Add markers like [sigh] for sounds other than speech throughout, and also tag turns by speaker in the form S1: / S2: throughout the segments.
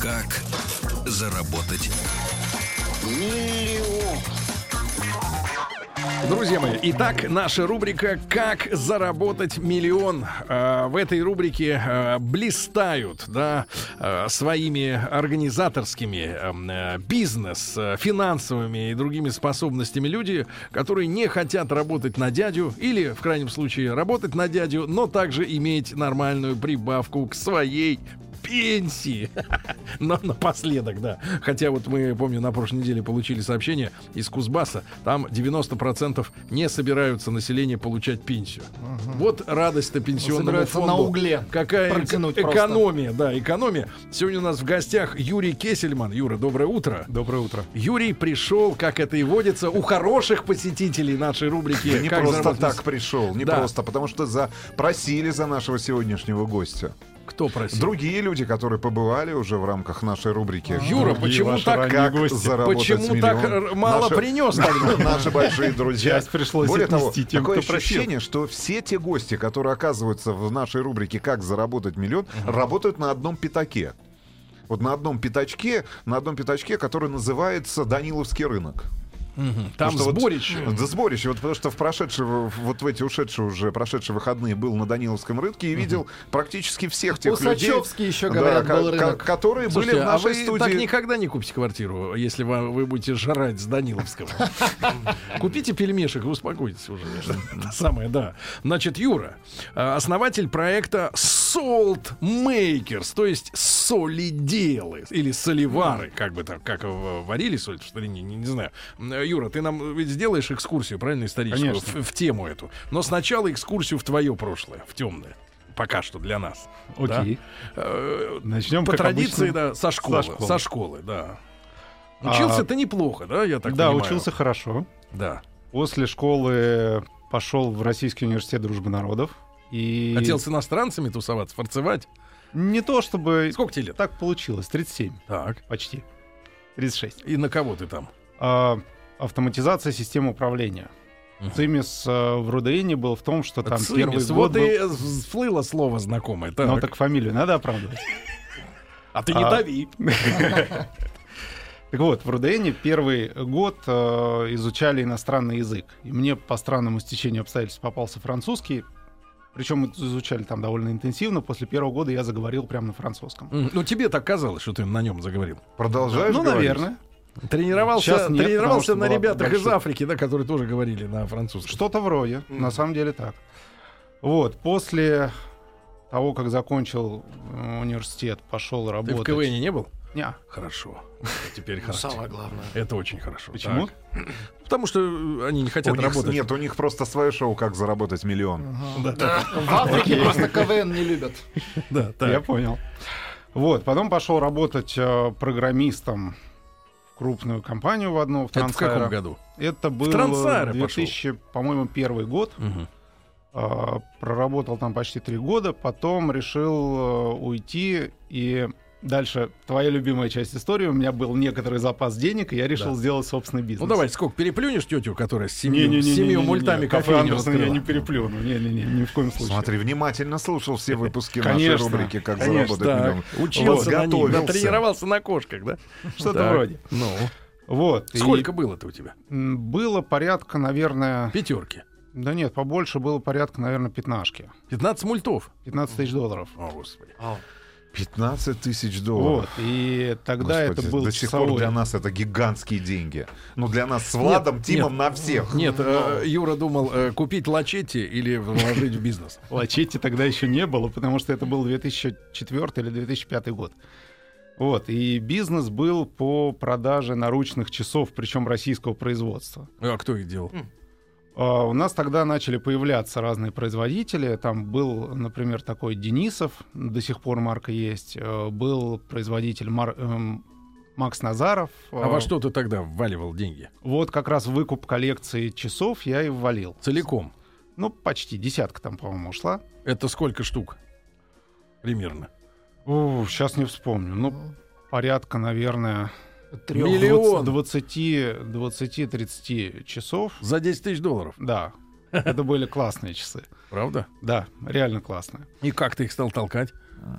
S1: Как заработать
S2: Друзья мои, итак, наша рубрика «Как заработать миллион». Э, В этой рубрике э, блистают да, э, своими организаторскими эм, э, бизнес, э, финансовыми и другими способностями люди, которые не хотят работать на дядю или, в крайнем случае, работать на дядю, но также иметь нормальную прибавку к своей пенсии. [laughs] Но напоследок, да. Хотя вот мы, помню, на прошлой неделе получили сообщение из Кузбасса. Там 90% не собираются население получать пенсию. Вот радость-то пенсионному
S3: Собираются
S2: фонду.
S3: на угле
S2: Какая
S3: протянуть просто.
S2: экономия, да, экономия. Сегодня у нас в гостях Юрий Кесельман. Юра, доброе утро.
S4: Доброе утро.
S2: Юрий пришел, как это и водится, у хороших посетителей нашей рубрики.
S4: не
S2: «Как
S4: просто
S2: заработать
S4: так
S2: мис-».
S4: пришел, не
S2: Да.
S4: просто, потому что за просили за нашего сегодняшнего гостя.
S2: Кто просил?
S4: Другие люди, которые побывали уже в рамках нашей рубрики.
S2: А, Юра, почему так
S4: как заработать
S2: Почему
S4: миллион?
S2: так р- мало
S4: Наши- [laughs]
S2: принес тогда?
S4: Наши большие друзья.
S5: Часть пришлось
S4: Более того,
S5: отнести тем,
S4: такое
S5: кто просил.
S4: ощущение, что все те гости, которые оказываются в нашей рубрике «Как заработать миллион», работают на одном пятаке. Вот на одном пятачке, на одном пятачке, который называется Даниловский рынок.
S2: Там
S4: Потому Ну что вот-
S2: сборище.
S4: Да, сборище. Вот потому что в прошедшие, в- вот в эти ушедшие уже прошедшие выходные был на Даниловском рынке и видел практически всех тех людей.
S3: Усачевский еще, говорят,
S4: ко-
S3: был
S4: ко-
S3: рынок.
S4: которые
S2: Слушайте,
S4: были в
S2: а
S4: нашей
S2: вы
S4: студии.
S2: так никогда не купите квартиру, если вам, вы будете жрать с
S4: [laughs]
S2: Даниловского. Купите пельмешек и успокойтесь уже. Это самое, да. Значит, Юра, э, основатель проекта Salt Makers, то есть солиделы или соливары, как бы там, как в- варили соль, что ли, не, не- не знаю. М, э, Юра, ты нам ведь сделаешь экскурсию, правильно, историческую,
S5: Конечно.
S2: в, в тему эту. Но сначала экскурсию в твое прошлое, в темное. Пока что для нас. да?
S5: Окей.
S2: Э,
S5: Начнем
S2: по
S5: как
S2: традиции,
S5: обычно.
S2: да, со школы.
S5: школы.
S2: Со школы, да. Учился
S5: А-
S2: ты неплохо, да, я так
S5: да,
S2: понимаю?
S5: учился хорошо.
S2: Да.
S5: После школы пошел в Российский университет дружбы народов. И
S2: Хотел с иностранцами тусоваться, фарцевать.
S5: не то чтобы
S2: Сколько тебе лет?
S5: так получилось, 37
S2: Так.
S5: почти. 36.
S2: И на кого ты там?
S5: А, автоматизация системы управления.
S2: Мгм. А
S5: Цимис э, в Рудеине был в том, что там
S2: Цимис.
S5: первый
S2: Вот
S5: год был-
S2: и э, всплыло слово знакомое. Так.
S5: Ну так фамилию надо оправдывать.
S2: А ты не
S5: а-
S2: дави.
S5: Так вот, в Рудеине первый год э, изучали иностранный язык. И мне по странному стечению обстоятельств попался французский. Причем изучали там довольно интенсивно. После первого года я заговорил прямо на французском.
S2: М, Ну тебе так казалось, что ты на нем заговорил.
S4: Продолжаешь
S5: ну,
S4: говорить?
S5: наверное.
S2: Тренировался,
S5: Сейчас нет,
S2: тренировался
S5: потому что
S2: на
S5: была
S2: ребятах из
S5: большая-
S2: Африки, да, которые тоже говорили на французском.
S5: Что-то вроде. На самом деле так. Вот, после того, как закончил э, университет, пошел
S2: Ты в
S5: работать.
S2: КВН не был?
S5: Ня.
S2: Хорошо. Теперь хорошо.
S3: Самое главное.
S2: Это очень хорошо.
S5: Почему?
S2: Так. Потому что э, они не
S4: У
S2: хотят
S4: них-
S2: работать.
S4: нет, у них просто свое шоу «Как заработать
S3: Ну,
S4: миллион».
S3: В Африке просто КВН не любят.
S2: Да, так.
S5: Я понял. Вот, потом пошел работать э, программистом в крупную компанию в одну в
S2: Это в каком
S5: Трансаэро.
S2: году?
S5: Это был
S2: Трансаэро пошел.
S5: 2000, по-моему, первый год. А, Проработал там почти три года, потом решил э, уйти и дальше твоя любимая часть истории. У меня был некоторый запас денег, и я решил
S2: Да.
S5: сделать собственный бизнес.
S2: Ну давай, сколько переплюнешь тетю, которая с семью,
S5: Не-не-не-не-не-не.
S2: с семью мультами
S5: Кафе
S2: кофейню
S5: Андерсона я
S2: раскрыла?
S5: не переплюну. Не-не-не, ни в коем случае.
S4: Смотри, внимательно слушал все выпуски нашей
S5: Конечно,
S4: рубрики «Как
S5: конечно,
S4: заработать
S2: Так,
S4: миллион».
S2: учился
S4: Вот,
S2: на них, да,
S4: готовился.
S2: тренировался на кошках, да?
S5: Что-то
S2: Так,
S5: вроде.
S2: Ну,
S5: Вот. и,
S2: сколько было-то у тебя?
S5: м, было порядка, наверное...
S2: Пятерки.
S5: Да нет, побольше было порядка, наверное, пятнашки.
S2: 15 мультов.
S5: 15 тысяч долларов.
S2: О, господи.
S4: 15 тысяч долларов.
S5: Вот. И тогда
S4: Господи,
S5: это был
S4: до сих пор
S5: часовой.
S4: для нас это гигантские деньги. Ну, для нас с Владом,
S2: Нет,
S4: Тимом на всех.
S2: Нет, э, Юра думал, э, купить лачете или вложить в бизнес.
S5: Лачетти тогда еще не было, потому что это был 2004 или 2005 год. Вот, и бизнес был по продаже наручных часов, причем российского производства.
S2: А кто их делал?
S5: А, У нас тогда начали появляться разные производители. Там был, например, такой Денисов, до сих пор марка есть. Э, Был производитель Мар- эм, Макс Назаров.
S2: А во что ты тогда вваливал деньги?
S5: Вот как раз выкуп коллекции часов я и ввалил.
S2: Целиком.
S5: Ну, почти десятка там, по-моему, ушла.
S2: Это сколько штук? Примерно.
S5: сейчас не вспомню. Ну, порядка, наверное,
S3: Трёх.
S2: Миллион.
S5: 20-30 часов.
S2: За 10 тысяч долларов,
S5: Да, это были классные часы.
S2: правда?
S5: Да, реально классные.
S2: И как ты их стал толкать?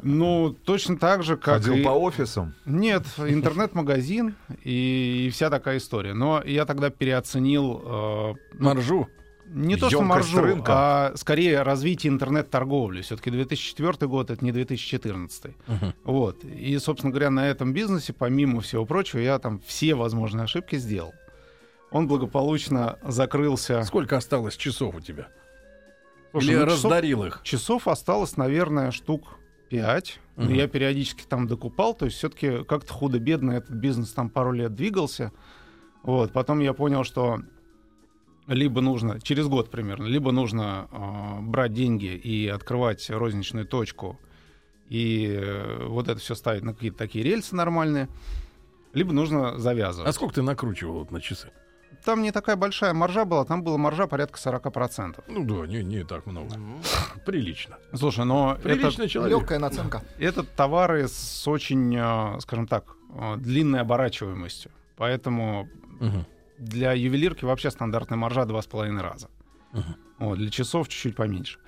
S5: Ну, точно так же, как...
S4: Ходил
S5: и-
S4: по офисам.
S5: Нет, интернет-магазин и, и вся такая история. Но я тогда переоценил э,
S2: Маржу.
S5: не то, что
S4: Ёмкость
S5: маржу,
S4: рынка.
S5: а скорее развитие интернет-торговли. Все-таки 2004 год — это не 2014.
S2: Мгм.
S5: Вот. И, собственно говоря, на этом бизнесе, помимо всего прочего, я там все возможные ошибки сделал. Он благополучно закрылся.
S2: Сколько осталось часов у тебя?
S5: Слушай,
S2: Или
S5: ну, часов-
S2: раздарил их?
S5: Часов осталось, наверное, штук 5.
S2: Мгм.
S5: Я периодически там докупал, то есть все-таки как-то худо-бедно этот бизнес там пару лет двигался. Вот, потом я понял, что либо нужно, через год примерно, либо нужно э, брать деньги и открывать розничную точку, и э, вот это все ставить на какие-то такие рельсы нормальные, либо нужно завязывать.
S2: А сколько ты накручивал вот на часы?
S5: Там не такая большая маржа была, там была маржа порядка 40%.
S2: Ну да, не, не так много. [laughs] Прилично.
S5: Слушай, но Ну. это
S2: Прилично человек.
S3: Легкая наценка.
S5: Это товары с очень, э, скажем так, э, длинной оборачиваемостью. Поэтому
S2: Мгм.
S5: для ювелирки вообще стандартная маржа 2,5 раза.
S2: Мгм.
S5: Вот, для часов чуть-чуть поменьше.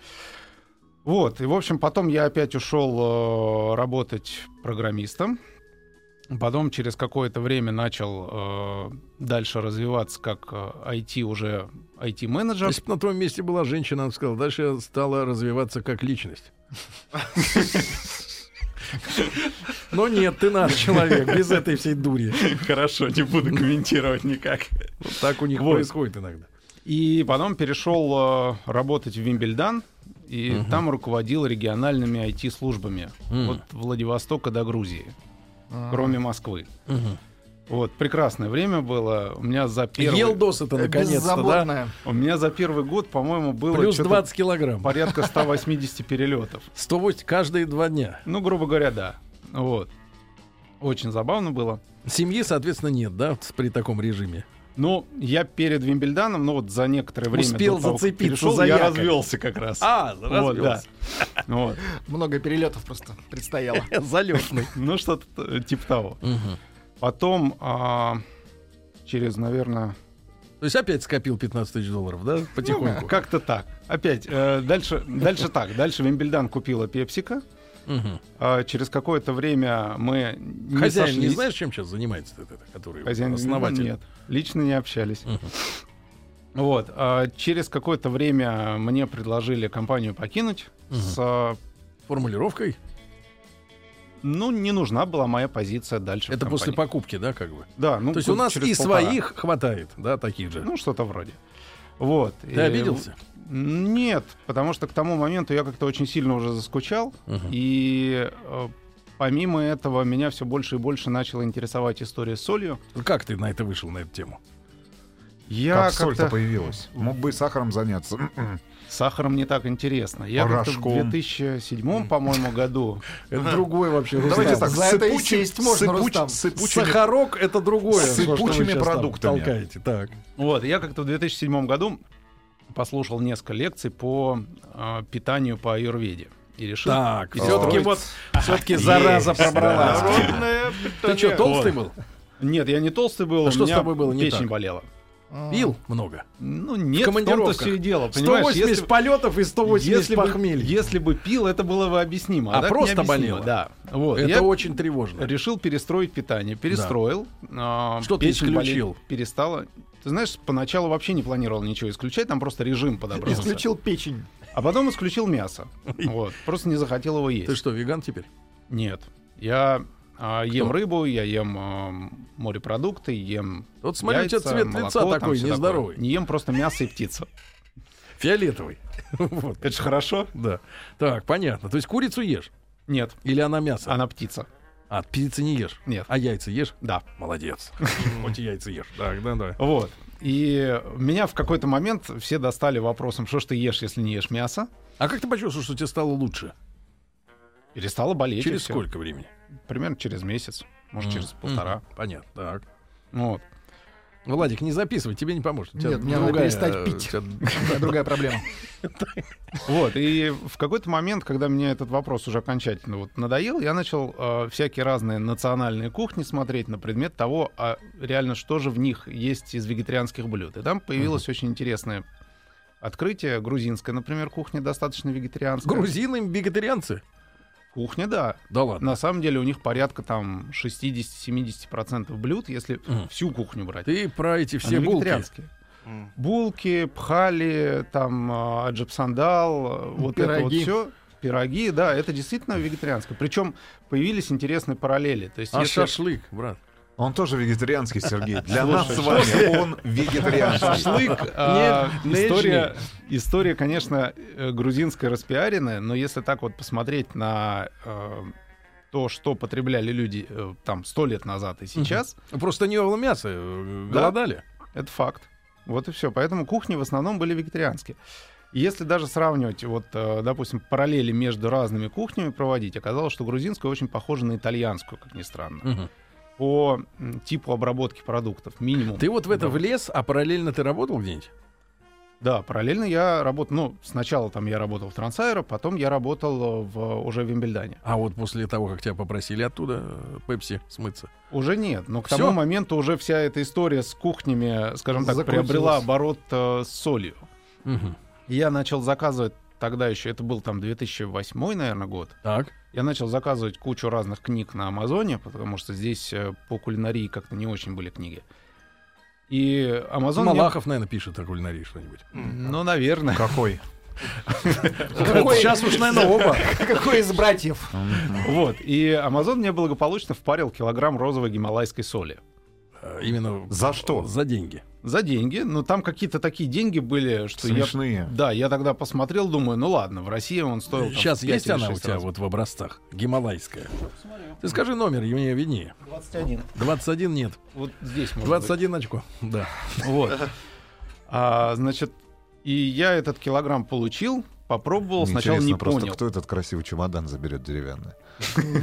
S5: Вот, и, в общем, потом я опять ушел э, работать программистом. Потом через какое-то время начал э, дальше развиваться как э, IT уже IT-менеджер.
S2: Если бы на твоем месте была женщина, она бы сказала, дальше я стала развиваться как
S5: [laughs]
S2: личность. Но нет, ты наш человек, без этой всей дури.
S6: Хорошо, не буду комментировать никак.
S2: Вот так у них
S5: Вот.
S2: происходит иногда.
S5: И потом перешел э, работать в Вимбельдан, и
S2: Мгм.
S5: там руководил региональными IT-службами
S2: М. А.
S5: от Владивостока до Грузии, кроме Москвы. Вот, прекрасное время было. У меня за первый,
S2: Ел досыта наконец-то, да?
S3: А, Беззаботная.
S5: у меня за первый год, по-моему, Э, было
S2: Плюс
S5: что-то
S2: 20 килограмм.
S5: порядка 180 перелетов.
S2: 108 каждые два дня.
S5: Ну, грубо говоря, да. Вот. Очень забавно было.
S2: Семьи, соответственно, нет, да, вот при таком режиме.
S5: Но я перед Вимбельданом, ну вот за некоторое время до
S2: Успел
S5: того, как
S2: зацепиться
S5: перешел,
S2: за
S5: я
S2: якорь.
S5: развелся как раз.
S2: А,
S5: Вот, да. [laughs] Вот.
S3: Много перелетов просто предстояло.
S2: Залетный.
S5: Ну, что-то т- типа того. Потом а, через, наверное...
S2: То есть опять скопил 15 тысяч долларов,
S5: Ну
S2: да, потихоньку?
S5: Как-то так. Опять. э, дальше, дальше так. Дальше Вимбельдан купила Пепсика.
S2: Мгм.
S5: А через какое-то время мы не
S2: Хозяин не
S5: сошлись.
S2: знаешь, чем сейчас занимается этот, этот, который
S5: Хозяин ну,
S2: основатель?
S5: Нет. Лично не общались. Вот. а через какое-то время мне предложили компанию покинуть. с, а,
S2: Формулировкой?
S5: ну, не нужна была моя позиция дальше. в
S2: Это после
S5: компании.
S2: покупки, да, как бы?
S5: Да, ну,
S2: То есть у нас
S5: через
S2: и
S5: полтора.
S2: своих хватает, да, таких же.
S5: Ну, что-то вроде. Вот.
S2: Ты обиделся?
S5: Нет, потому что к тому моменту я как-то очень сильно уже заскучал,
S2: Мгм.
S5: и э, помимо этого меня все больше и больше начала интересовать история с солью.
S2: Ну, Как ты на это вышел, на эту тему?
S5: Я
S4: Как соль-то
S5: как-то
S4: появилась. Мог бы и сахаром заняться. М-м.
S5: сахаром не так интересно. Я как-то в
S4: Порошком.
S5: 2007,
S4: [laughs]
S5: по-моему, году.
S2: Это другое вообще.
S4: Давайте
S2: Рустам.
S4: так,
S3: За это и
S4: сыпучим-
S3: сесть можно,
S4: сыпуч-
S3: Рустам.
S4: сыпучими-
S2: Сахарок это другое.
S4: С
S2: то, что вы
S4: сыпучими
S2: сейчас там
S4: продуктами.
S2: Толкаете, так.
S5: Вот, я как-то в 2007 году послушал несколько лекций по э, питанию по аюрведе и решил.
S2: Так,
S5: И
S2: все-таки
S5: строить-
S2: вот, все-таки зараза пробралась.
S6: Народное
S2: Ты что, толстый был?
S5: Нет, я не толстый был,
S2: А
S5: у
S2: что с
S5: меня
S2: тобой было не
S5: печень
S2: так?
S5: болела.
S2: Пил много.
S5: Ну А. нет, в том-то
S2: командировках.
S5: все и дело. Понимаешь,
S2: 180
S5: если-
S2: полетов и 180
S5: если бы,
S2: похмелья.
S5: если бы пил, это было бы объяснимо.
S2: А
S5: так
S2: просто
S5: необъяснимо,
S2: болело.
S5: Да. Вот.
S2: Это
S5: я
S2: очень тревожно.
S5: решил перестроить питание. Перестроил. а,
S2: Что ты
S5: печень
S2: исключил?
S5: болеть Перестала. Ты знаешь, поначалу вообще не планировал ничего исключать, там просто режим подобрался.
S3: Исключил печень.
S5: А потом исключил мясо. Вот. Просто не захотел его есть.
S2: Ты что, веган теперь?
S5: Нет. Я а, ем рыбу, я ем ам, морепродукты, ем
S2: Вот смотри, у тебя
S5: яйца,
S2: цвет лица
S5: молоко, там
S2: такой
S5: всё такое.
S2: нездоровый.
S5: Не ем просто мясо и птицу.
S2: Фиолетовый. Вот,
S5: Это же хорошо?
S2: да. Так, понятно. То есть курицу ешь?
S5: Нет,
S2: Или она мясо?
S5: она птица.
S2: А, пиццы не ешь?
S5: Нет.
S2: А яйца ешь?
S5: Да.
S2: Молодец. Хоть и яйца ешь. Так, да, да.
S5: Вот. И меня в какой-то момент все достали вопросом, что ж ты ешь, если не ешь мясо?
S2: А как ты почувствовал, что тебе стало лучше?
S5: Перестало болеть. и
S2: Через
S5: всё.
S2: сколько времени?
S5: Примерно через месяц, может, через полтора.
S2: Понятно. Так.
S5: Вот.
S2: Ну, Владик, не записывай, тебе не поможет. У тебя
S3: Нет, мне надо
S2: другая,
S3: перестать
S2: э,
S3: пить.
S2: у тебя-
S3: [laughs] У меня Другая проблема.
S5: Вот, и в какой-то момент, когда мне этот вопрос уже окончательно вот надоел, я начал э, всякие разные национальные кухни смотреть на предмет того, а реально что же в них есть из вегетарианских блюд. И там появилось очень интересное открытие. Грузинская, например, кухня достаточно вегетарианская.
S2: Грузины вегетарианцы?
S5: Кухня, да.
S2: Да ладно.
S5: На самом деле у них порядка там 60-70% блюд, если
S2: Мгм.
S5: всю кухню брать.
S2: Ты про эти все
S5: Они
S2: булки.
S5: вегетарианские. Булки, пхали, там а, аджапсандал, э, вот это вот
S3: Пироги.
S5: все. Пироги, да, это действительно вегетарианское. Причем появились интересные параллели. То есть,
S2: А
S5: если-
S2: шашлык, брат.
S4: Он тоже вегетарианский, Сергей. Для нас с
S5: Слушай,
S4: вами он вегетарианский.
S5: шашлык, а,
S2: нежный.
S5: история, история, конечно, э, грузинская распиаренная, но если так вот посмотреть на э, то, что потребляли люди э, там сто лет назад и сейчас,
S2: Просто не было мяса, э, голодали.
S5: Это факт. Вот и все. Поэтому кухни в основном были вегетарианские. И Если даже сравнивать, вот, э, допустим, параллели между разными кухнями проводить, оказалось, что грузинская очень похожа на итальянскую, как ни странно.
S2: Мгм.
S5: По м, типу обработки продуктов, минимум.
S2: Ты вот в это
S5: Да.
S2: влез, а параллельно ты работал где-нибудь?
S5: Да, параллельно я работал, ну, сначала там я работал в Трансайро, потом я работал э, в, уже в Вимбельдане.
S2: А вот после того, как тебя попросили оттуда э, Пепси смыться.
S5: Уже нет, но к
S2: Всё?
S5: тому моменту уже вся эта история с кухнями, скажем так,
S3: Закрутилась.
S5: приобрела оборот э, с солью.
S2: Мгм.
S5: Я начал заказывать тогда еще, это был там 2008, наверное, год.
S2: Так.
S5: Я начал заказывать кучу разных книг на Амазоне, потому что здесь э, по кулинарии как-то не очень были книги. И Амазон... мне-
S2: Малахов, наверное, пишет о кулинарии что-нибудь.
S5: Ну, наверное.
S4: Какой?
S2: Сейчас уж, наверное, оба.
S3: [laughs] Какой из
S4: [laughs]
S3: братьев?
S5: Вот. И Амазон мне благополучно впарил килограмм розовой гималайской соли.
S2: Э, Именно
S4: За что?
S2: За деньги.
S5: За деньги. Но там какие-то такие деньги были, что я...
S4: Смешные.
S5: Да, я тогда посмотрел, думаю, ну ладно, в России он стоил... Ну, там
S2: Сейчас
S5: в пять
S2: есть
S5: или
S2: она у
S5: шесть
S2: тебя
S5: раз.
S2: вот в образцах? Гималайская. Ты скажи номер, и мне виднее.
S3: 21.
S2: 21 нет.
S5: Вот здесь, может быть.
S2: 21 очко. Да.
S5: Вот. А, значит, и я этот килограмм получил, попробовал,
S4: Мне
S5: сначала не
S4: интересно просто,
S5: понял.
S4: кто этот красивый чемодан заберет деревянный?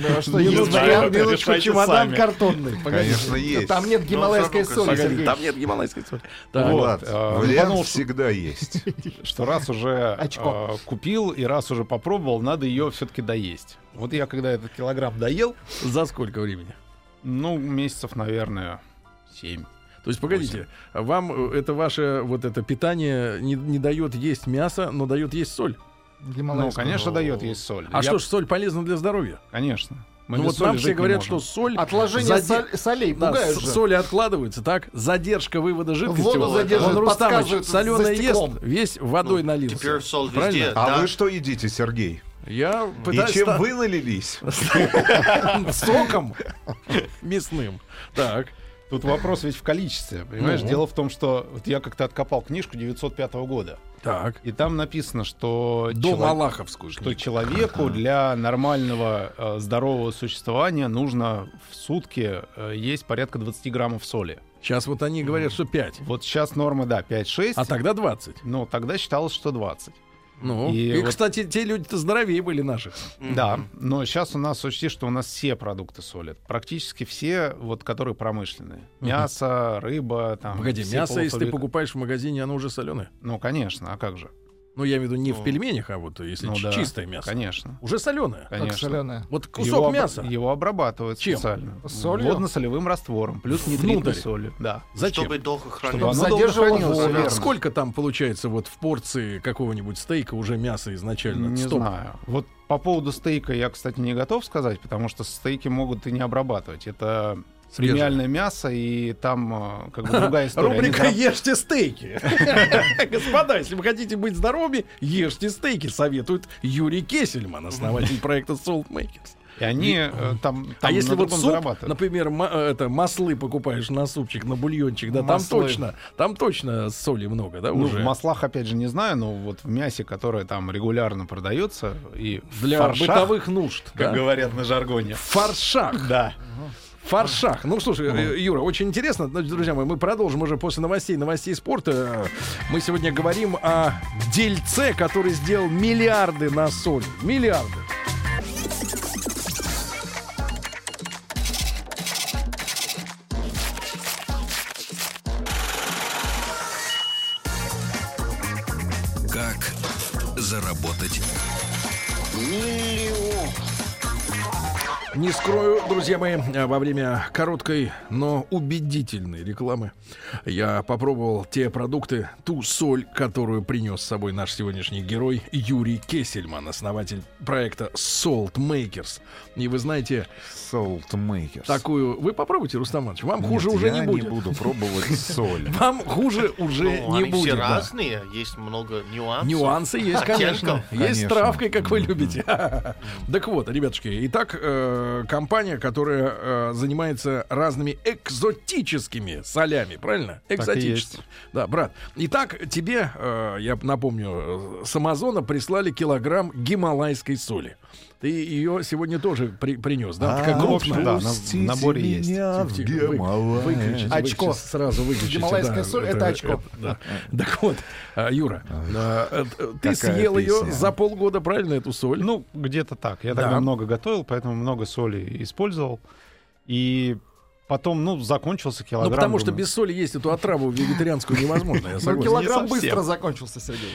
S3: Да, что
S6: Не
S3: есть
S6: знаю,
S3: вариант
S6: это
S3: делать что
S6: решайте
S3: чемодан
S6: сами.
S3: картонный. Погоди.
S4: Конечно, есть.
S3: Там нет гималайской
S6: Ну,
S3: соли,
S6: погоди,
S3: Сергей.
S2: Там нет гималайской соли. Так.
S5: Вот,
S4: Влад,
S5: а,
S4: э, вариант
S5: ну,
S4: всегда есть.
S5: что раз уже
S3: Очко.
S5: э, купил и раз уже попробовал, надо ее все-таки доесть. Вот я когда этот килограмм доел,
S2: За сколько времени?
S5: ну, месяцев, наверное, 7.
S2: То есть, погодите, вам э, это ваше вот это питание не, не дает есть мясо, но дает есть соль.
S5: Ну,
S3: Гималайская.
S5: конечно, дает есть соль.
S2: А
S5: Я-
S2: что ж соль полезна для здоровья?
S5: Конечно. Мы
S2: ну
S5: без
S2: вот
S5: соли
S2: нам все
S5: жить не
S2: говорят,
S5: можем.
S2: что соль...
S3: Отложение
S2: заде-
S3: соль- солей
S2: Да,
S3: пугает
S2: с-
S3: же.
S2: соли откладываются, так? Задержка вывода жидкости.
S3: Воду
S2: Вот.
S3: задерживает,
S2: Вон Рустамыч
S3: подсказывает за
S2: соленое ест,
S3: стеклом.
S2: весь водой налился.
S6: Теперь соль везде.
S2: Правильно?
S4: А
S6: да.
S4: вы что едите, Сергей?
S2: Я
S4: И
S2: пытаюсь...
S4: чем
S2: ста-
S4: вы налились?
S2: Соком мясным. Так.
S5: Тут вопрос ведь в количестве, понимаешь?
S2: Ну.
S5: Дело в том, что вот я как-то откопал книжку 905 года,
S2: Так.
S5: и там написано, что...
S2: До
S5: человек-
S2: Малаховскую.
S5: что человеку для нормального э, здорового существования нужно в сутки э, есть порядка 20 граммов соли.
S2: Сейчас вот они говорят, что 5.
S5: Вот сейчас нормы, да, 5-6,
S2: А тогда 20.
S5: но Ну, тогда считалось, что 20.
S2: Ну, и,
S5: И вот-
S2: кстати, те люди-то здоровее были наших.
S5: Да, но сейчас у нас учти, что у нас все продукты солят. Практически все, вот, которые промышленные. Мясо, рыба, там...
S2: Погоди,
S5: все
S2: мясо, если ты
S5: полуфабрикаты.
S2: покупаешь в магазине, оно уже соленое.
S5: Ну, конечно, а как же?
S2: Ну, я имею в виду не в пельменях, а вот если
S5: Ну
S2: чи-
S5: да,
S2: чистое мясо.
S5: Конечно,
S2: Уже соленое.
S3: Как
S5: конечно.
S3: соленая.
S2: Вот кусок
S5: Его обра-
S2: мяса.
S5: Его обрабатывают
S2: Чем?
S5: специально.
S3: Солью?
S5: Водно-солевым раствором, плюс нитритной
S2: Внутрь.
S5: солью. Да.
S2: Зачем?
S6: Чтобы долго
S5: Чтобы
S6: хранилось.
S5: оно долго
S3: Задерживало
S5: хранилось,
S3: воду.
S5: верно.
S2: Сколько там получается вот в порции какого-нибудь стейка уже мясо изначально?
S5: Не
S2: Стоп.
S5: знаю. Вот по поводу стейка я, кстати, не готов сказать, потому что стейки могут и не обрабатывать. Это
S2: Свежее.
S5: премиальное мясо, и там э, как бы
S2: [laughs]
S5: другая история. Они
S2: Рубрика
S5: зараб-
S2: «Ешьте стейки». [laughs] Господа, если вы хотите быть здоровыми, ешьте стейки, советует Юрий Кесельман,
S5: [laughs]
S2: основатель проекта Salt Makers.
S5: И они э, там,
S2: А
S5: там
S2: если
S5: на
S2: вот
S5: другом
S2: суп,
S5: зарабатывают.
S2: например, ма- э, это маслы покупаешь на супчик, на бульончик, да, там
S3: Маслы.
S2: точно, там точно соли много, да,
S5: Ну,
S2: уже.
S5: в маслах, опять же, не знаю, но вот в мясе, которое там регулярно продается, и в
S2: Для
S5: фаршах,
S2: бытовых нужд,
S5: как
S2: да.
S5: говорят на жаргоне.
S2: В фаршах.
S5: Да.
S2: Фаршах. Ну, слушай, э, Юра, очень интересно. Значит, друзья мои, мы продолжим уже после новостей, новостей спорта. Э, Мы сегодня говорим о дельце, который сделал миллиарды на соль. Миллиарды.
S1: заработать
S2: Не скрою, друзья мои, э, во время короткой, но убедительной рекламы я попробовал те продукты, ту соль, которую принес с собой наш сегодняшний герой Юрий Кесельман, основатель проекта Salt Makers. И вы знаете,
S4: Солтмейкерс.
S2: такую... Вы попробуйте, Рустам Иванович, вам хуже
S4: Нет,
S2: уже
S4: я
S2: не будет.
S4: не буду пробовать соль.
S2: Вам хуже уже
S7: Ну,
S2: не
S7: они
S2: будет.
S7: все
S2: да.
S7: разные, есть много нюансов.
S2: Нюансы есть,
S7: Оттенков.
S2: конечно. Есть
S4: Конечно.
S2: с травкой, как вы любите. Так вот, ребятушки, итак, э, компания, которая э, занимается разными экзотическими солями, правильно? Экзотическими. Да, брат. Итак, тебе, э, я напомню, э, с Амазона прислали килограмм гималайской соли. Ты ее сегодня тоже принес, А,
S4: А,
S2: да? Как
S5: ну,
S2: крупная.
S5: да, на- наборе есть.
S2: Тихо, тихо, вы- Выключите,
S3: Очко.
S2: вы сейчас Э, сразу выключите.
S3: Гималайская соль это очко.
S2: да. Так вот, а, Юра, а, э, ты съел ее
S4: песня.
S2: за полгода, правильно, эту соль?
S5: Ну, где-то так. Я
S2: Да.
S5: тогда много готовил, поэтому много соли использовал. И потом, ну, закончился
S2: Ну,
S5: килограмм.
S2: потому что
S5: думаю.
S2: без соли есть эту отраву вегетарианскую невозможно, я
S3: Ну,
S2: согласен.
S3: килограмм
S5: Не совсем.
S3: быстро закончился, Сергей.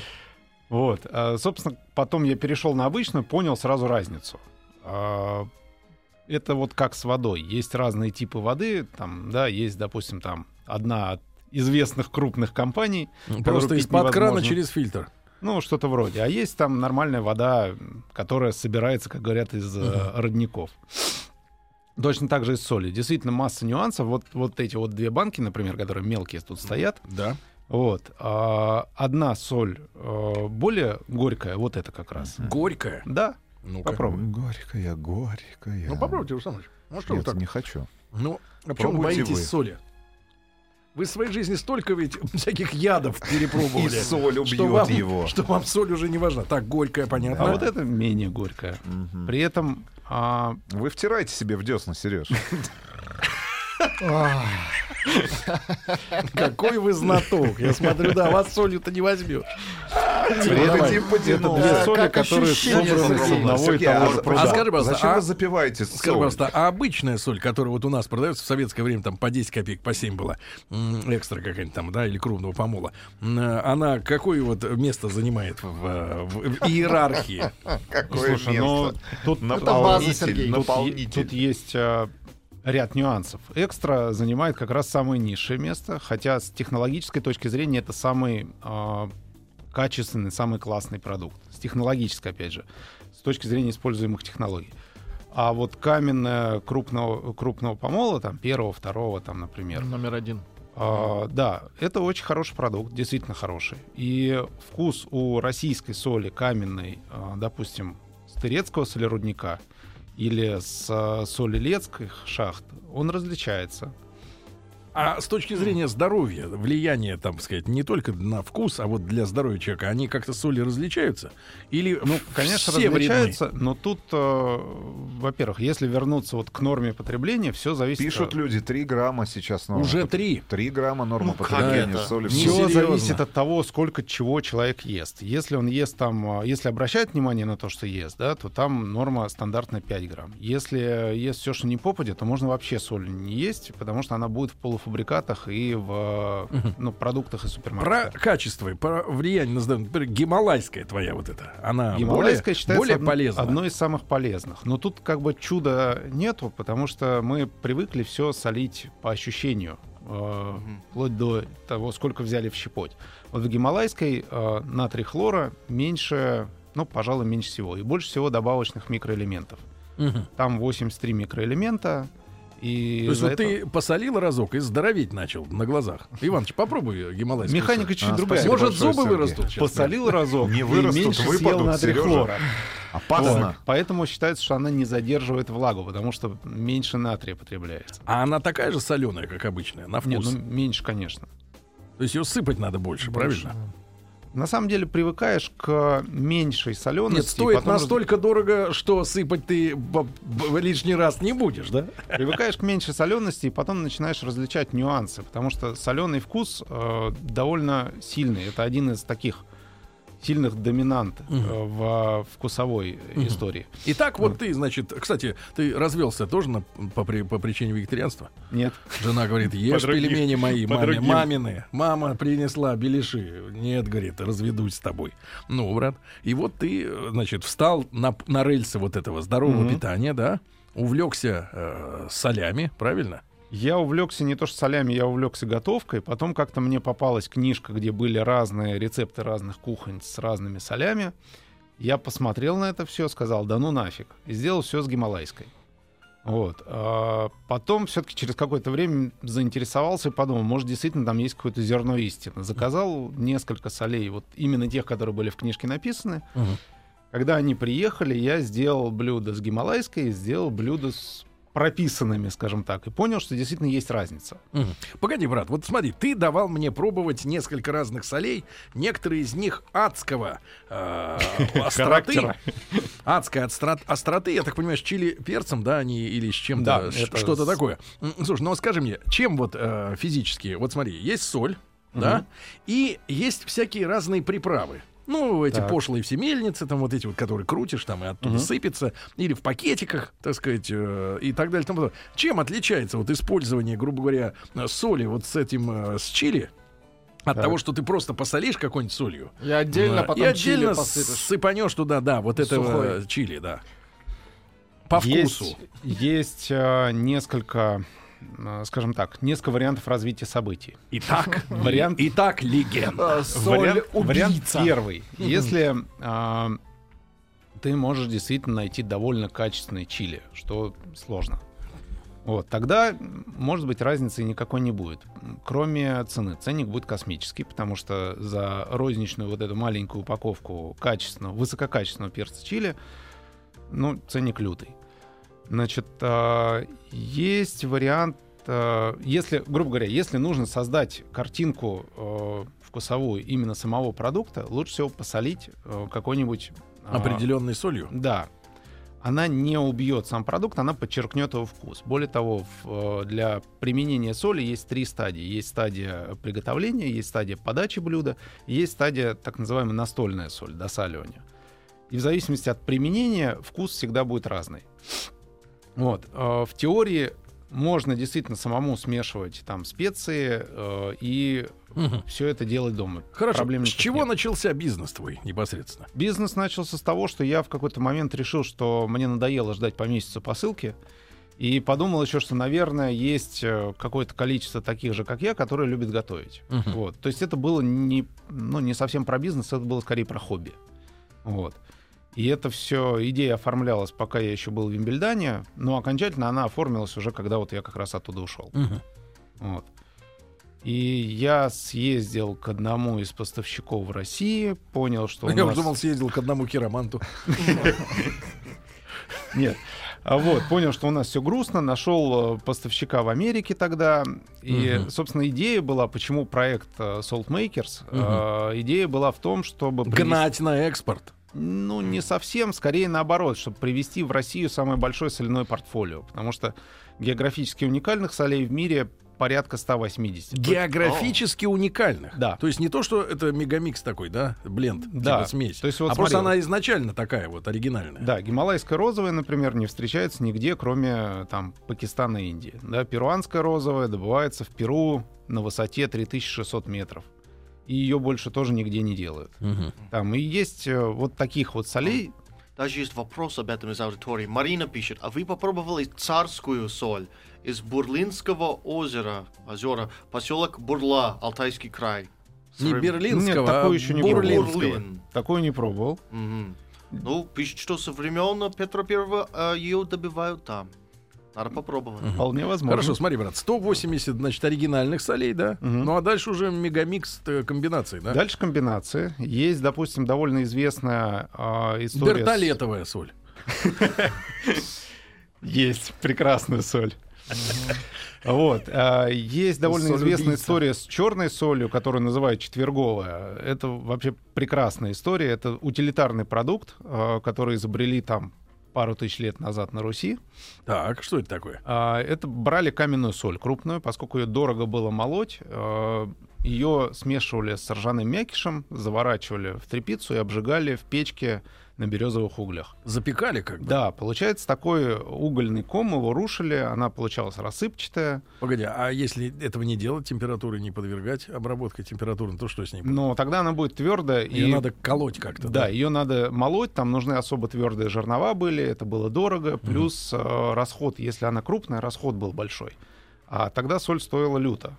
S5: Вот. А, Собственно, потом я перешел на обычную, понял сразу разницу. А, Это вот как с водой. Есть разные типы воды. Там, да, есть, допустим, там одна от известных крупных компаний. которую
S2: Просто
S5: пить
S2: из-под крана
S5: невозможно.
S2: через фильтр.
S5: Ну, что-то вроде. А есть там нормальная вода, м, которая собирается, как говорят, из э, родников. Точно так же и с солью. Действительно, масса нюансов. Вот, вот эти вот две банки, например, которые мелкие тут стоят.
S2: Да.
S5: Вот. а, одна соль э, более горькая, вот это как раз.
S2: Горькая.
S5: Да,
S2: Ну,
S5: попробуй.
S4: Горькая, горькая.
S2: Ну, попробуйте, Руслан Ильич. Ну, что вы
S4: Нет,
S2: так?
S4: не хочу.
S2: Ну, а почему вы
S4: Пробуйте
S2: боитесь
S4: вы.
S2: соли? Вы в своей жизни столько ведь [laughs] всяких ядов перепробовали.
S4: И соль убьет
S2: что вам-
S4: его.
S2: Что вам соль уже не важна. Так, горькая, понятно.
S5: А вот это менее горькая.
S4: Мгм.
S5: При этом а,
S4: Вы втираете себе в десна, Сереж.
S2: Какой вы знаток. Я смотрю, да, вас солью-то не возьмешь.
S4: Придатим потянул.
S5: две
S3: Да, Типа, Ну,
S5: соли,
S3: как
S5: которые
S3: ощущение,
S5: собраны с
S3: Сергей.
S5: одного и того же
S2: а
S5: пруда.
S2: скажи, пожалуйста,
S4: зачем
S2: а-
S4: вы запиваете
S2: Скажи,
S4: соль?
S2: пожалуйста, а обычная соль, которая вот у нас продается в советское время, там по 10 копеек, по 7 была, м, экстра какая-нибудь там, да, или крупного помола, м, она какое вот место занимает в, э, в- в иерархии?
S4: Какое
S5: Слушай, ну
S4: место?
S5: тут,
S3: база,
S4: Наполнитель,
S3: Сергей.
S5: тут, е-
S4: наполнитель.
S5: тут есть а, ряд нюансов. Экстра занимает как раз самое низшее место, хотя с технологической точки зрения это самый а, качественный, самый классный продукт. С технологической, опять же, с точки зрения используемых технологий. А вот каменная крупного, крупного помола, там первого, второго, там, например,
S7: Номер один.
S5: А, да, это очень хороший продукт, действительно хороший. И вкус у российской соли каменной, а, допустим, с Тырецкого солерудника или с а, соли Лецких шахт, он различается.
S2: А с точки зрения здоровья, влияние, там, сказать, не только на вкус, а вот для здоровья человека, они как-то соли различаются? Или
S5: Ну, конечно,
S2: все вредны?
S5: различается, но тут, а, во-первых, если вернуться вот к норме потребления, все зависит...
S4: Пишут люди, 3 грамма сейчас норма.
S2: Уже три.
S4: 3 грамма норма
S7: Ну, как
S4: потребления
S7: это?
S4: соли. в
S2: Не
S4: сутки.
S5: Все
S2: Серьезно.
S5: зависит от того, сколько чего человек ест. Если он ест там, а, если обращает внимание на то, что ест, да, то там норма стандартная 5 грамм. Если ест все, что не попадет, то можно вообще соль не есть, потому что она будет в полуфабрикатах и в э, ну, продуктах и
S2: Про
S5: супермаркетах.
S2: качество, и про влияние на здоровье. Например, гималайская твоя вот эта, она
S5: Гималайская
S2: А более,
S5: считается
S2: более
S5: одно-
S2: полезна.
S5: одной из самых полезных. Но тут как бы чуда нету, потому что мы привыкли все солить по ощущению. э, вплоть до того, сколько взяли в щепоть. Вот в гималайской э, натрий хлора меньше, ну, пожалуй, меньше всего. И больше всего добавочных микроэлементов.
S2: Мгм.
S5: Там 83 микроэлемента. И
S2: То есть
S5: за
S2: вот
S5: это-
S2: ты посолил разок и здороветь начал на глазах. Иваныч, попробуй гималайскую.
S5: Механика чуть
S4: А,
S5: другая.
S2: соль.
S4: спасибо.
S2: Может,
S4: большое,
S2: зубы
S4: Сергей.
S2: вырастут? сейчас,
S5: Посолил разок,
S4: Не
S5: и
S4: вырастут,
S5: меньше
S4: выпадут,
S5: съел натрий
S4: Сережа.
S5: хлора.
S4: Опасно.
S5: Вот. Поэтому считается, что она не задерживает влагу, потому что меньше натрия потребляется.
S2: А она такая же соленая, как обычная, на
S5: Не,
S2: вкус.
S5: ну меньше, конечно.
S2: То есть ее сыпать надо больше, правильно?
S5: На самом деле привыкаешь к меньшей солености.
S2: Нет, стоит настолько дорого, что сыпать ты б- б- лишний раз не будешь, да?
S5: [laughs] Привыкаешь к меньшей солености и потом начинаешь различать нюансы, потому что соленый вкус э, довольно сильный. Это один из таких сильных доминант э, во вкусовой истории.
S2: Итак,
S5: Ну.
S2: вот ты, значит, кстати, ты развелся тоже на- по, при- по причине вегетарианства?
S5: Нет.
S2: Жена говорит, ешь
S6: По другим-
S2: пельмени мои,
S6: по
S2: маме,
S6: другим.
S2: мамины. Мама принесла беляши. Нет, говорит, разведусь с тобой. Ну, брат. И вот ты, э, значит, встал на, на рельсы вот этого здорового питания, да? Увлекся э, солями, правильно?
S5: Я увлекся не то что солями, я увлекся готовкой. Потом как-то мне попалась книжка, где были разные рецепты разных кухонь с разными солями. Я посмотрел на это все, сказал, да ну нафиг. И сделал все с гималайской. Вот. А потом все-таки через какое-то время заинтересовался и подумал, может, действительно там есть какое-то зерно истины. Заказал несколько солей, вот именно тех, которые были в книжке написаны.
S2: Мгм.
S5: Когда они приехали, я сделал блюдо с гималайской, сделал блюдо с прописанными, скажем так, и понял, что действительно есть разница.
S2: Мгм. Погоди, брат, вот смотри, ты давал мне пробовать несколько разных солей, некоторые из них адского
S5: [laughs]
S2: э, остроты.
S5: Характера.
S2: Адской отстра- остроты, я так понимаю, с чили перцем, да, они или с чем-то,
S5: Да,
S2: ш-
S5: это
S2: что-то
S5: с-
S2: такое. М, Слушай, ну скажи мне, чем вот э, физически, вот смотри, есть соль, да, и есть всякие разные приправы. Ну, эти
S5: Так.
S2: пошлые все мельницы, там вот эти вот, которые крутишь, там и оттуда сыпется, или в пакетиках, так сказать, э, и так далее. и тому подобное. Чем отличается вот использование, грубо говоря, э, соли вот с этим, э, с чили, от
S5: Так.
S2: того, что ты просто посолишь какой-нибудь солью,
S3: Я отдельно э,
S2: да.
S3: потом
S2: и
S3: чили
S2: отдельно
S3: посыпешь.
S2: сыпанешь туда, да, вот этого
S3: Сухой.
S2: чили, да. По
S5: Есть-
S2: вкусу.
S5: Есть э, несколько, э, скажем так, несколько вариантов развития событий.
S2: Итак,
S5: Вариант-
S2: Итак, легенд.
S3: А, Соль
S5: вариант, вариант
S3: убийца.
S5: первый. Если а, ты можешь действительно найти довольно качественный чили, что сложно. Вот, тогда, может быть, разницы никакой не будет. М, Кроме цены. Ценник будет космический, потому что за розничную вот эту маленькую упаковку качественного, высококачественного перца чили, ну, ценник лютый. Значит, а, есть вариант, а, если, грубо говоря, если нужно создать картинку э, вкусовую именно самого продукта, лучше всего посолить э, какой-нибудь... а,
S2: Определенной солью.
S5: Да. Она не убьет сам продукт, она подчеркнет его вкус. Более того, в, э, для применения соли есть три стадии. Есть стадия приготовления, есть стадия подачи блюда, и есть стадия так называемая настольная соль, досаливание. И в зависимости от применения вкус всегда будет разный. Вот. э, В теории можно действительно самому смешивать там специи э, и
S2: Мгм.
S5: все это делать дома.
S2: Хм. Хорошо.
S5: Проблем
S2: С
S5: никаких
S2: чего
S5: нет.
S2: начался бизнес твой непосредственно?
S5: Бизнес начался с того, что я в какой-то момент решил, что мне надоело ждать по месяцу посылки. И подумал еще, что, наверное, есть э, какое-то количество таких же, как я, которые любят готовить.
S2: Мгм.
S5: Вот. То есть это было не, ну, не совсем про бизнес, это было скорее про хобби. Вот. И это все, идея оформлялась, пока я еще был в Вимбельдане, но окончательно она оформилась уже, когда вот я как раз оттуда ушел.
S2: Мгм. Хм.
S5: Вот. И я съездил к одному из поставщиков в России, понял, что
S2: [laughs]
S5: у
S2: Я
S5: нас-
S2: уже думал, съездил к одному хироманту.
S5: Нет. А Вот, понял, что у нас все грустно, нашел э, поставщика в Америке тогда. И,
S2: Мгм.
S5: собственно, идея была, почему проект э, Salt Makers, э, идея была в том, чтобы... привести-
S2: Гнать на экспорт.
S5: Ну, не совсем, скорее наоборот, чтобы привести в Россию самое большое соляное портфолио, потому что географически уникальных солей в мире порядка 180.
S2: Географически уникальных.
S5: Типа, Да.
S2: То есть не то, что это мегамикс такой, да, бленд,
S5: Да.
S2: типа смесь.
S5: То есть вот
S2: а просто
S5: смотри,
S2: она изначально такая вот оригинальная.
S5: Да, гималайская розовая, например, не встречается нигде, кроме там Пакистана и Индии. Да, перуанская розовая добывается в Перу на высоте 3600 метров. И ее больше тоже нигде не делают.
S2: Мгм.
S5: Там и есть э, вот таких вот солей.
S7: Даже есть вопрос об этом из аудитории. Марина пишет, а вы попробовали царскую соль из Бурлинского озера, озера, поселок Бурла, Алтайский край?
S2: Не
S7: Сры-
S2: берлинского,
S5: Нет, такого
S2: а
S5: еще не было.
S2: бурлинского.
S7: Бурлин.
S5: Такое не пробовал.
S7: Мгм. Ну, пишет, что со времен Петра Первого э, ее добивают там. Надо попробовать.
S5: Вполне возможно.
S2: Хорошо, смотри, брат, 180, значит, оригинальных солей, да?
S5: Мгм.
S2: Ну а дальше уже мегамикс э, комбинаций, да?
S5: Дальше комбинации. Есть, допустим, довольно известная э, история. с-
S2: Бертолетовая соль.
S5: Есть прекрасная соль. Вот. а, Есть довольно
S3: Соль
S5: известная
S3: убийца.
S5: история с черной солью, которую называют четверговая. Это вообще прекрасная история. Это утилитарный продукт, а, который изобрели там пару тысяч лет назад на Руси.
S2: Так, что это такое?
S5: А, Это брали каменную соль крупную, поскольку ее дорого было молоть. а, Ее смешивали с ржаным мякишем, заворачивали в тряпицу и обжигали в печке на березовых углях.
S2: Запекали как бы.
S5: Да, получается такой угольный ком, его рушили, она получалась рассыпчатая,
S2: Погоди, а если этого не делать, температуры не подвергать обработке температуры, то что с ней? будет?
S5: но тогда она будет твердая.
S2: Ее
S5: и...
S2: надо колоть как-то.
S5: Да, ее надо молоть, там нужны особо твердые жернова были, это было дорого, плюс э, расход, если она крупная, расход был большой. А тогда соль стоила люто.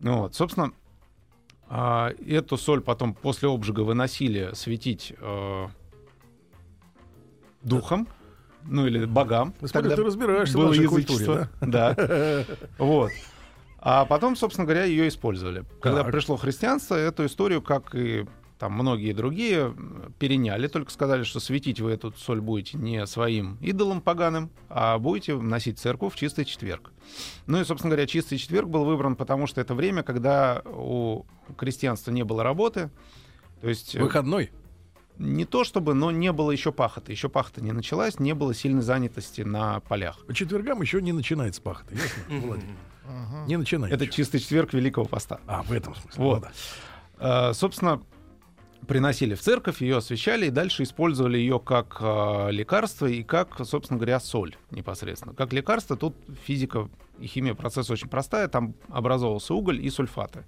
S5: Ну Вот, собственно, а, эту соль потом после обжига выносили светить э, духом, ну или богам.
S2: Ты смотри, ты разбираешься в
S5: было
S2: нашей культуре,
S5: язычество, да.
S2: [laughs]
S5: Вот. А потом, собственно говоря, ее использовали. Когда
S2: Так.
S5: пришло христианство, эту историю, как и там многие другие, м, переняли, только сказали, что светить вы эту соль будете не своим идолом поганым, а будете носить церковь в чистый четверг. Ну и, собственно говоря, чистый четверг был выбран, потому что это время, когда у крестьянства не было работы, то есть э,
S2: Выходной.
S5: не то чтобы, но не было еще пахоты. Еще пахота не началась, не было сильной занятости на полях.
S2: По четвергам еще не начинается пахота. ясно, Владимир?
S3: Ага.
S2: Не начинается.
S5: Это чистый четверг Великого Поста.
S2: А, в этом смысле. ну
S5: Вот.
S2: да.
S5: Э, Собственно, приносили в церковь, ее освещали и дальше использовали ее как э, лекарство и как, собственно говоря, соль непосредственно. Как лекарство тут физика и химия процесса очень простая, там образовывался уголь и сульфаты.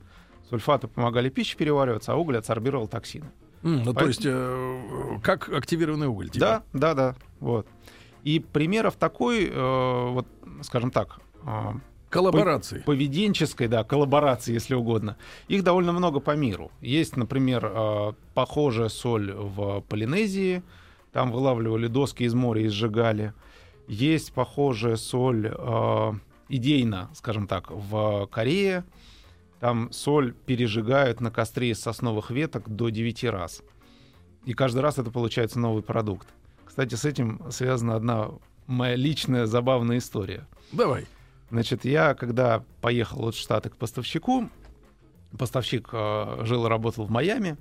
S5: Сульфаты помогали пище перевариваться, а уголь адсорбировал токсины.
S2: М, ну, то
S5: Поэтому-
S2: есть, э, как активированный уголь. типа.
S5: Да, да, да. Вот. И примеров такой, э, вот, скажем так, э,
S2: Коллаборации.
S5: поведенческой, да, коллаборации, если угодно. Их довольно много по миру. Есть, например, э, похожая соль в Полинезии. Там вылавливали доски из моря и сжигали. Есть похожая соль э, идейно, скажем так, в Корее. Там соль пережигают на костре из сосновых веток до 9 раз. И каждый раз это получается новый продукт. Кстати, с этим связана одна моя личная забавная история.
S2: Давай.
S5: Значит, я когда поехал от штата к поставщику, поставщик э, жил и работал в Майами,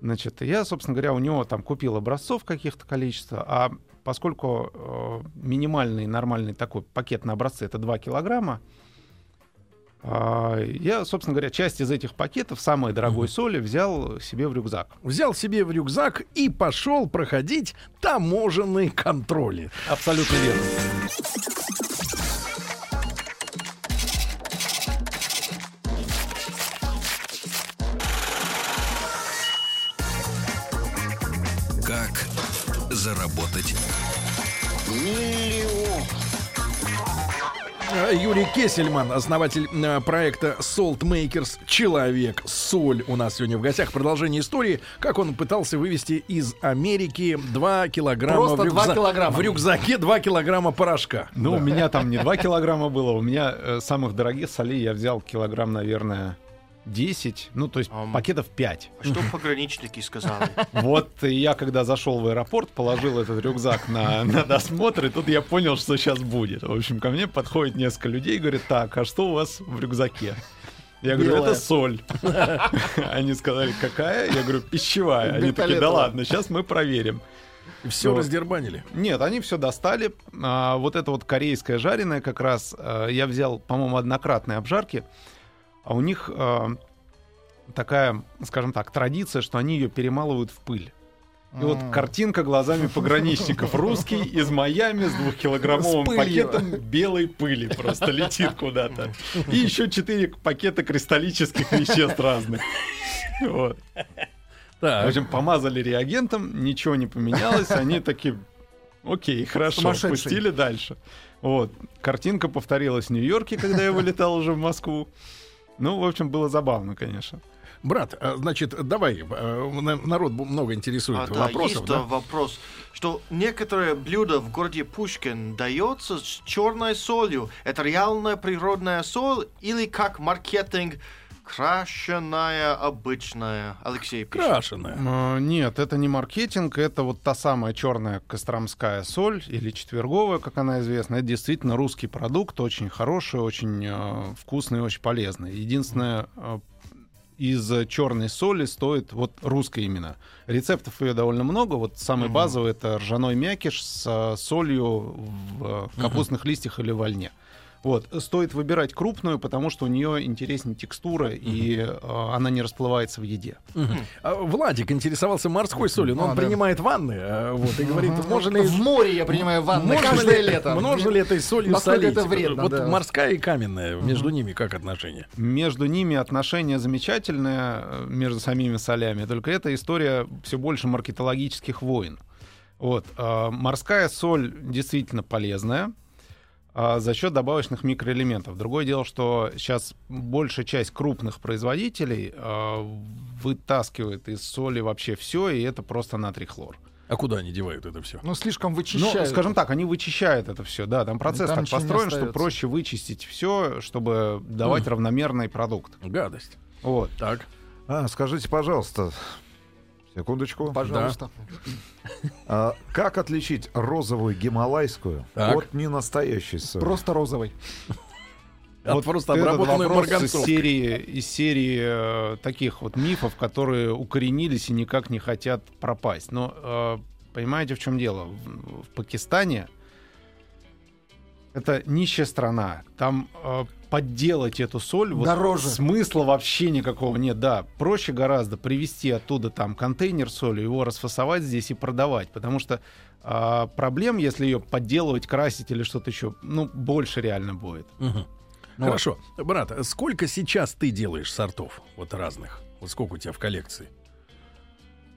S5: значит, я, собственно говоря, у него там купил образцов каких-то количества, а поскольку э, минимальный нормальный такой пакет на образцы это 2 килограмма, а, я, собственно говоря, часть из этих пакетов самой дорогой соли взял себе в рюкзак.
S2: Взял себе в рюкзак и пошел проходить таможенные контроли.
S5: Абсолютно верно.
S1: Как заработать?
S2: Э, Юрий Кесельман, основатель э, проекта Salt Makers Человек Соль у нас сегодня в гостях. Продолжение истории, как он пытался вывести из Америки 2 килограмма в,
S3: Просто два
S2: рюкза-
S3: килограмма.
S2: в рюкзаке 2 килограмма порошка.
S5: Ну, у меня там не [laughs] 2 килограмма было, у меня э, самых дорогих солей я взял килограмм, наверное, 10, ну, то есть
S7: Ам.
S5: пакетов 5.
S7: А Что пограничники сказали?
S5: Вот и я, когда зашел в аэропорт, положил этот рюкзак на, на досмотр, и тут я понял, что сейчас будет. В общем, ко мне подходит несколько людей и говорит, так, а что у вас в рюкзаке? Я говорю,
S3: Белая.
S5: это соль. [laughs] Они сказали, какая? Я говорю, пищевая. Они такие, да
S3: Бертолетовая.
S5: ладно, сейчас мы проверим.
S2: Все
S5: Ну,
S2: раздербанили.
S5: Нет, они все достали. А, вот это вот корейское жареное как раз а, я взял, по-моему, однократные обжарки. А у них а, такая, скажем так, традиция, что они ее перемалывают в пыль. И вот
S3: М.
S5: картинка глазами пограничников. Русский из Майами с двухкилограммовым
S3: С пылью.
S5: пакетом белой пыли просто летит куда-то. И еще четыре пакета кристаллических веществ разных. Вот. В
S2: Так.
S5: общем, помазали реагентом, ничего не поменялось, они такие, окей, хорошо,
S3: Сумасшедшие.
S5: пустили дальше. Вот, картинка повторилась в Нью-Йорке, когда я вылетал уже в Москву. Ну, в общем, было забавно, конечно.
S2: Брат, а, значит, давай, э, на- народ много интересует
S7: А, да,
S2: вопросов.
S7: есть
S2: да?
S7: э, вопрос, что некоторые блюда в городе Пушкин дается с черной солью. Это реальная природная соль или как маркетинг крашеная обычная? Алексей пишет.
S2: Крашеная.
S5: Э, Нет, это не маркетинг, это вот та самая черная костромская соль или четверговая, как она известна. Это действительно русский продукт, очень хороший, очень э, вкусный, очень полезный. Единственное, э, из черной соли стоит вот русская именно. Рецептов ее довольно много. Вот самый базовый это ржаной мякиш с э, солью в э, капустных листьях или в вольне. Вот. Стоит выбирать крупную, потому что у нее интереснее текстура, и э, она не расплывается в еде.
S2: А, Владик интересовался морской солью, но он
S3: А, да.
S2: принимает ванны, а, вот, и говорит, можно ли...
S3: В море я принимаю ванны
S2: можно
S3: каждое
S2: ли-
S3: лето.
S2: Можно ли этой солью
S3: Насколько
S2: солить?
S3: это вредно,
S2: вот
S3: да.
S2: морская и каменная, между ними как отношения?
S5: Между ними отношения замечательные, э, между самими солями, только эта история все больше маркетологических войн. Вот. э, Морская соль действительно полезная а, за счет добавочных микроэлементов. Другое дело, что сейчас большая часть крупных производителей э, вытаскивает из соли вообще все, и это просто натрий хлор.
S2: А куда они девают это все?
S3: Ну, слишком
S5: Ну,
S3: вычищают. Ну,
S5: скажем так, они вычищают это все, да, там процесс
S3: Там
S5: так
S3: ничего не
S5: построен, что
S3: остается.
S5: проще вычистить все, чтобы давать равномерный продукт.
S2: Гадость.
S5: Вот.
S2: Так.
S4: А, скажите, пожалуйста, секундочку.
S3: Пожалуйста.
S4: А, как отличить розовую гималайскую
S2: Так.
S4: от ненастоящей соли?
S3: Просто розовый.
S2: Вот просто
S5: этот
S2: обработанную
S5: вопрос из
S2: марганцовкой.
S5: серии, из серии э, таких вот мифов, которые укоренились и никак не хотят пропасть. Но э, понимаете, в чем дело? В, в Пакистане это нищая страна. Там э, подделать эту соль вот
S3: Дороже.
S5: смысла вообще никакого нет. Да, проще гораздо привезти оттуда там контейнер соли, его расфасовать здесь и продавать, потому что а, проблем, если ее подделывать, красить или что-то еще, ну больше реально будет.
S2: Мгм.
S3: Ну
S2: Хорошо. Брат, а сколько сейчас ты делаешь сортов вот разных? Вот сколько у тебя в коллекции?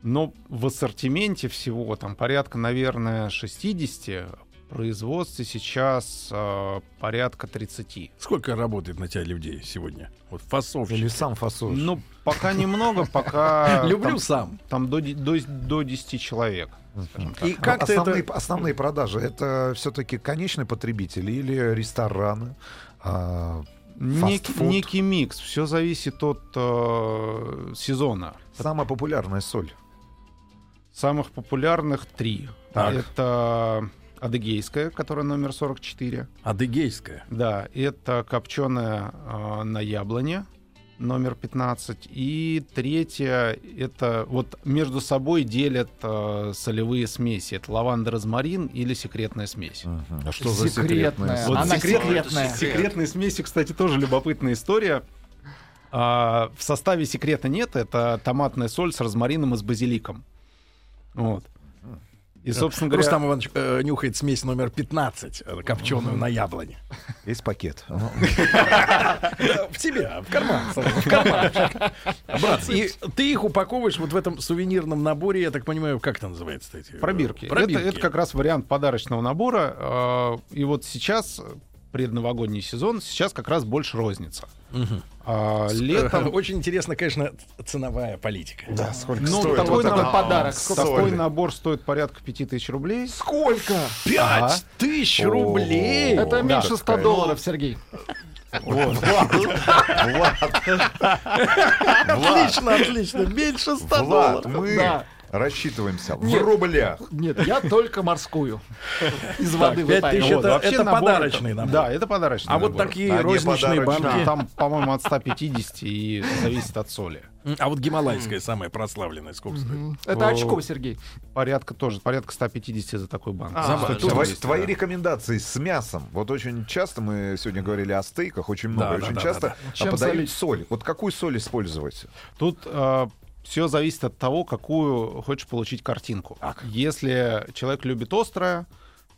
S5: Но в ассортименте всего там порядка, наверное, 60. В производстве сейчас э, порядка 30.
S2: Сколько работает на тебя людей сегодня? Вот фасовщик.
S4: Или сам фасоль?
S5: Ну,
S2: [laughs]
S5: пока немного, пока...
S2: Люблю
S5: там-
S2: сам.
S5: Там до, де- до, до 10 человек. скажем так.
S2: И
S4: Ну,
S2: как ты
S4: основные,
S2: это...
S4: основные продажи это все-таки конечный потребитель или рестораны? А,
S5: Нек-
S4: фастфуд.
S5: некий микс. Все зависит от э, сезона.
S4: самая популярная соль.
S5: Самых популярных три.
S2: Так.
S5: Это адыгейская, которая номер 44.
S2: Адыгейская.
S5: Да, это копченая на яблоне номер 15. И третья это вот между собой делят э, солевые смеси. Это лаванда розмарин или секретная смесь.
S4: А что за секретная?
S3: Секретная.
S4: соль?
S5: Вот
S3: Она
S5: секретная-
S3: секретная.
S7: Это секрет.
S5: Секретной смеси, кстати, тоже любопытная история. А, в составе секрета нет. Это томатная соль с розмарином и с базиликом. Вот. И, собственно говоря,
S2: Рустам Иванович э, нюхает смесь номер 15, копченую на яблоне.
S4: Есть пакет.
S2: Ну, Да, В тебя, в карман. Саша, В карман. Брат, и ты их упаковываешь вот в этом сувенирном наборе, я так понимаю, как это называется? эти, э,
S5: Пробирки.
S2: Пробирки.
S5: Это, это как раз вариант подарочного набора. э, И вот сейчас э, предновогодний сезон, сейчас как раз больше розница. А,
S2: Э, [laughs]
S5: Летом
S2: Очень интересно, конечно, ц- ценовая политика. Да,
S4: сколько
S5: Ну,
S4: стоит?
S5: такой
S4: вот
S5: нам
S4: это?
S3: подарок.
S5: такой набор стоит порядка 5000 рублей.
S3: Сколько?
S2: Пять тысяч рублей!
S3: Это
S5: Да.
S3: меньше 100 долларов, Сергей.
S2: Отлично, отлично. Меньше 100
S4: Влад,
S2: долларов.
S4: мы
S3: Да.
S4: рассчитываемся
S3: Нет.
S4: в рублях.
S3: Нет, я только морскую. Из
S2: Так,
S3: воды
S2: пять
S3: выпариваю.
S2: тысяч
S5: Вот,
S2: это-
S5: вообще
S2: это
S5: набор
S2: подарочный набор.
S5: Да, это подарочный
S2: А вот
S5: набор.
S2: такие
S4: Да, не
S2: розничные
S4: подарочные.
S2: банки.
S5: Да, там, по-моему, от 150 и зависит от соли.
S2: А вот гималайская самая прославленная сколько стоит?
S3: Это очко, Сергей.
S5: Порядка тоже, порядка 150 за такой банк.
S7: А,
S5: Забавно.
S7: Тут
S4: Давай,
S5: есть,
S4: твои
S5: да.
S4: рекомендации с мясом. Вот очень часто мы сегодня говорили о стейках, очень много,
S2: Да, да,
S4: очень
S2: да,
S4: часто
S2: да,
S4: а
S3: Чем
S4: подают соль. Вот какую соль использовать?
S5: Тут все зависит от того, какую хочешь получить картинку. Если человек любит острое,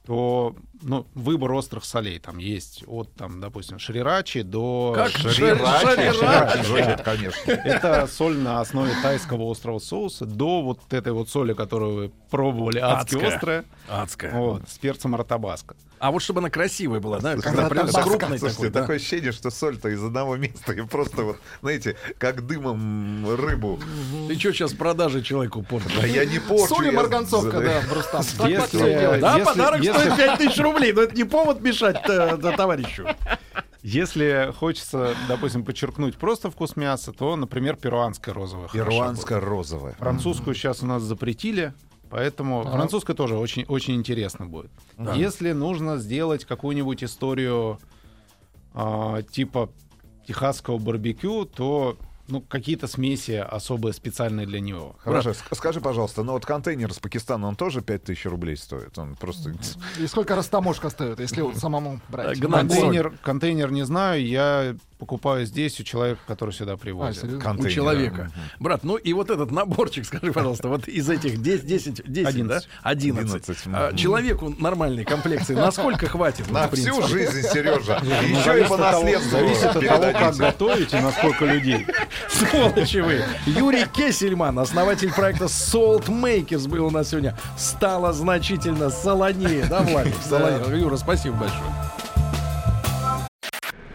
S5: то ну, выбор острых солей там есть от, там, допустим, шрирачи до... Шри-
S2: Жрачи.
S4: Жрачи, жрачи, конечно.
S5: Это соль на основе тайского острого соуса до вот этой вот соли, которую вы пробовали, адски
S2: Адская.
S5: острая,
S2: Адская.
S5: вот, с перцем артабаска.
S2: А вот чтобы она красивая была, да? Когда прям
S4: Слушайте,
S2: крупной такой,
S4: слушайте,
S2: да?
S4: такое ощущение, что соль-то из одного [laughs] места и просто вот, знаете, как дымом рыбу.
S2: Ты что сейчас продажи человеку портишь?
S4: Да я не порчу.
S3: Соль и
S4: я
S3: марганцовка,
S4: задаю.
S3: да, Рустам. Так
S5: Если-
S3: вот все делать.
S2: Да,
S5: Если-
S2: подарок
S5: если-
S2: стоит 5000 рублей, но это не повод мешать э, да, товарищу.
S5: Если хочется, допустим, подчеркнуть просто вкус мяса, то, например, перуанское розовое. хорошо будет.
S4: [laughs] Ирландско-розовая.
S5: Французскую сейчас у нас запретили, поэтому французская тоже очень, очень интересно будет. Если нужно сделать какую-нибудь историю а, типа техасского барбекю, то ну, какие-то смеси особые, специальные для него.
S4: Хорошо, ск- скажи, пожалуйста, но вот контейнер с Пакистана, он тоже 5000 рублей стоит? Он [laughs] просто...
S3: И сколько растаможка стоит, если вот самому брать?
S2: Гна-
S5: Контейнер, контейнер не знаю, я покупаю здесь у человека, который сюда
S3: А,
S5: привозит.
S3: серьезно?
S4: Контейнер.
S2: у человека. Брат, ну и вот этот наборчик, [laughs] скажи, пожалуйста, вот из этих 10, 10, 10
S5: 11.
S2: да? 11.
S4: 11,
S2: А,
S4: мгм.
S2: человеку нормальной комплекции насколько хватит?
S4: На
S2: Ну, в принципе?
S4: всю жизнь, Сережа.
S5: Ну,
S4: Еще и
S5: зависит
S4: по
S5: от того-
S4: наследству
S5: Зависит от того, как
S4: передадите.
S5: готовите, насколько людей.
S2: [laughs] Сволочи вы. Юрий Кесельман, основатель проекта Salt Makers, был у нас сегодня. Стало значительно солонее, да, Владик? Солонее. Юра, спасибо большое.